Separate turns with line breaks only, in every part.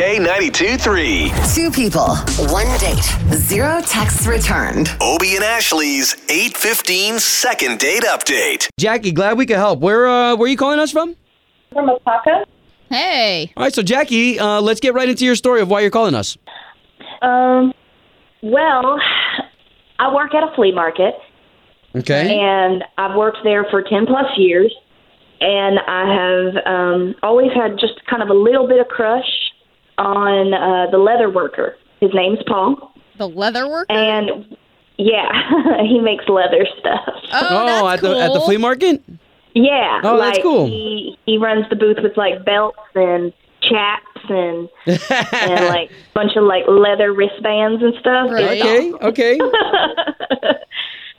K92 3.
Two people, one date, zero texts returned.
Obie and Ashley's 815 second date update.
Jackie, glad we could help. Where uh, where are you calling us from?
from Apaka.
Hey.
All right, so Jackie, uh, let's get right into your story of why you're calling us.
Um, well, I work at a flea market,
Okay.
and I've worked there for ten plus years, and I have um, always had just kind of a little bit of crush on uh, the leather worker. His name's Paul,
The leather work?
and yeah, he makes leather stuff.
Oh,
at
that's
the at the
cool.
flea market.
Yeah,
Oh,
like
that's cool.
he he runs the booth with like belts and chaps and and like bunch of like leather wristbands and stuff. It's
Right.
okay. Okay.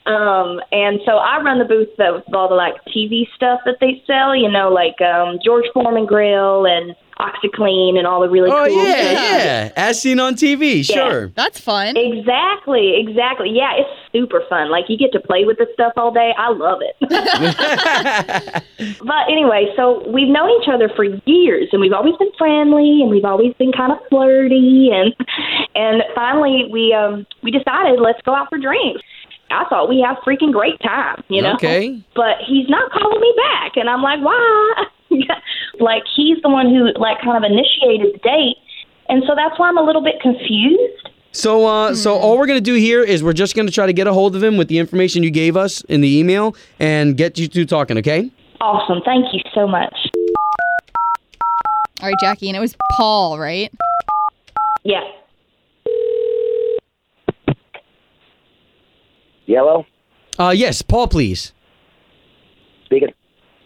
Um, and so I run the booth that with all the like TV stuff that they sell, you know, like um George Foreman grill and OxyClean and all the really
Oh
cool
yeah,
stuff.
yeah. As seen on TV. Sure.
That's fun.
Exactly, exactly. Yeah, it's super fun. Like you get to play with this stuff all day. I love it. but anyway, so we've known each other for years and we've always been friendly and we've always been kind of flirty and and finally we um we decided let's go out for drinks. I thought we have freaking great time, you know.
Okay.
But he's not calling me back and I'm like, "Why?" like he's the one who like kind of initiated the date. And so that's why I'm a little bit confused.
So, uh, so
Hmm.
all we're gonna do here is we're just gonna try to get a hold of him with the information you gave us in the email and get you two talking. Okay.
Awesome. Thank you so much.
All right, Jackie, and it was Paul, right?
Yeah.
Yellow,
Uh, yes, Paul, please.
speaking.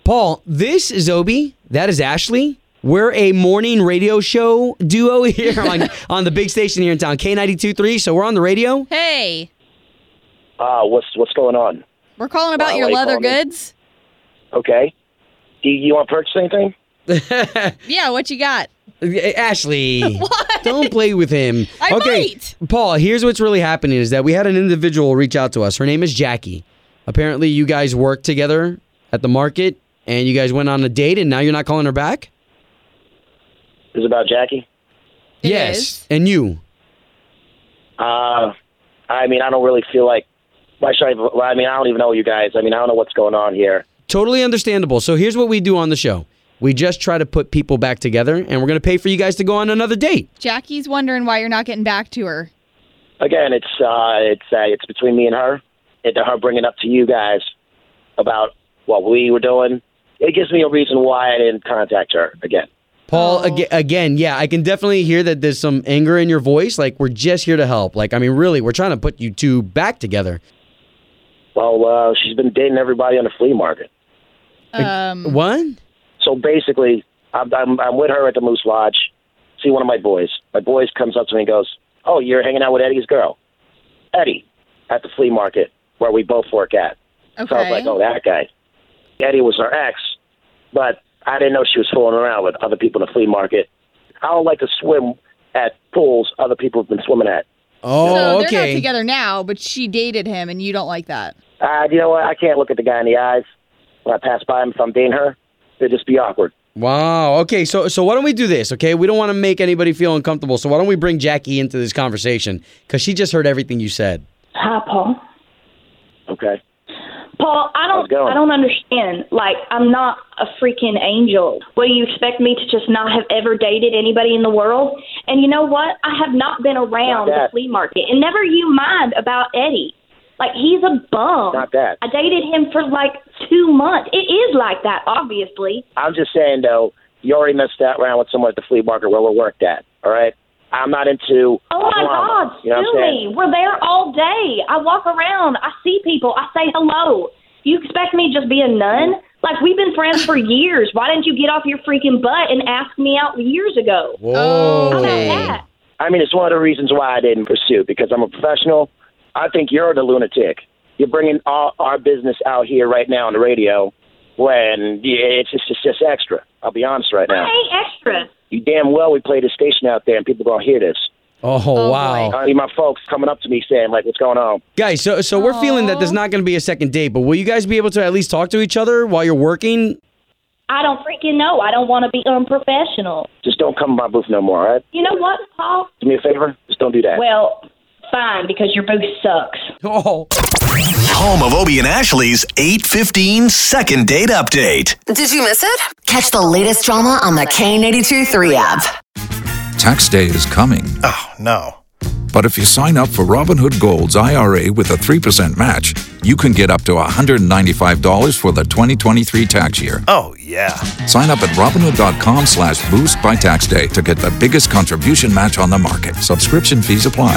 Paul, this is Obi. That is Ashley. We're a morning radio show duo here on, on the big station here in town, K92.3. So we're on the radio.
Hey.
Ah, what's what's going on?
We're calling about
Well,
your
they
leather
call me-
goods.
Okay. Do you want to purchase anything?
Yeah, what you got?
Uh, Ashley, don't play with him.
I
okay,
might.
Paul. Here's what's really happening is that we had an individual reach out to us. Her name is Jackie. Apparently, you guys worked together at the market, and you guys went on a date, and now you're not calling her back.
This is about Jackie.
It
yes,
is.
and you.
Uh, I mean, I don't really feel like. Why should I? well, I mean, I don't even know you guys. I mean, I don't know what's going on here.
Totally understandable. So here's what we do on the show. We just try to put people back together, and we're gonna pay for you guys to go on another date.
Jackie's wondering why you're not getting back to her.
Again, it's uh, it's uh, it's between me and her, and her bringing up to you guys about what we were doing. It gives me a reason why I didn't contact her again.
Paul,
Oh.
aga again, yeah, I can definitely hear that there's some anger in your voice. Like we're just here to help. Like I mean, really, we're trying to put you two back together.
Well, uh, she's been dating everybody on the flea market.
Um,
What?
So basically, I'm, I'm, I'm with her at the Moose Lodge. See one of my boys. My boys comes up to me and goes, "Oh, you're hanging out with Eddie's girl, Eddie, at the flea market where we both work at." So I was
okay.
like, "Oh, that guy." Eddie was her ex, but I didn't know she was fooling around with other people in the flea market. I don't like to swim at pools other people have been swimming at.
Oh,
so they're
okay.
not together now, but she dated him, and you don't like that.
Uh, you know what? I can't look at the guy in the eyes when I pass by him if I'm dating her. It'd just be awkward.
Wow. Okay. So so why don't we do this? Okay, we don't want to make anybody feel uncomfortable. So why don't we bring Jackie into this conversation because she just heard everything you said.
Hi, Paul.
Okay.
Paul, I
How's
don't
it going?
I don't understand. Like I'm not a freaking angel. What do you expect me to just not have ever dated anybody in the world? And you know what? I have not been around
Not
the
that.
flea market. And never you mind about Eddie. Like he's a bum.
Not that.
I dated him for like 2 months. It is like that, obviously.
I'm just saying though, you already messed that around with someone at the flea market where we worked at. All right, I'm not into.
Oh my
drama,
God,
You know what
sue
I'm saying?
me. We're there all day. I walk around. I see people. I say hello. You expect me to just be a nun? Like we've been friends for years. Why didn't you get off your freaking butt and ask me out years ago?
Whoa.
How about
Okay.
that?
I mean, it's one of the reasons why I didn't pursue because I'm a professional. I think you're the lunatic. You're bringing all our business out here right now on the radio when yeah, it's just, it's just extra. I'll be honest right
I
now.
ain't extra.
You damn well we play this station out there and people gonna hear this.
Oh, wow.
I mean, my folks coming up to me saying like, "What's going on?"
Guys, so so we're feeling that there's not going to be a second date, but will you guys be able to at least talk to each other while you're working?
I don't freaking know. I don't want to be unprofessional.
Just don't come to my booth no more. All right?
You know what, Paul?
Do me a favor. Just don't do that.
Well, fine, because your booth sucks.
Oh.
Home of Obie and Ashley's 815 second date update.
Did you miss it? Catch the latest drama on the K82 3 app.
Tax day is coming.
Oh, no.
But if you sign up for Robinhood Gold's IRA with a 3% match, you can get up to $195 for the 2023 tax year.
Oh, yeah.
Sign up at Robinhood.com slash boost by tax day to get the biggest contribution match on the market. Subscription fees apply.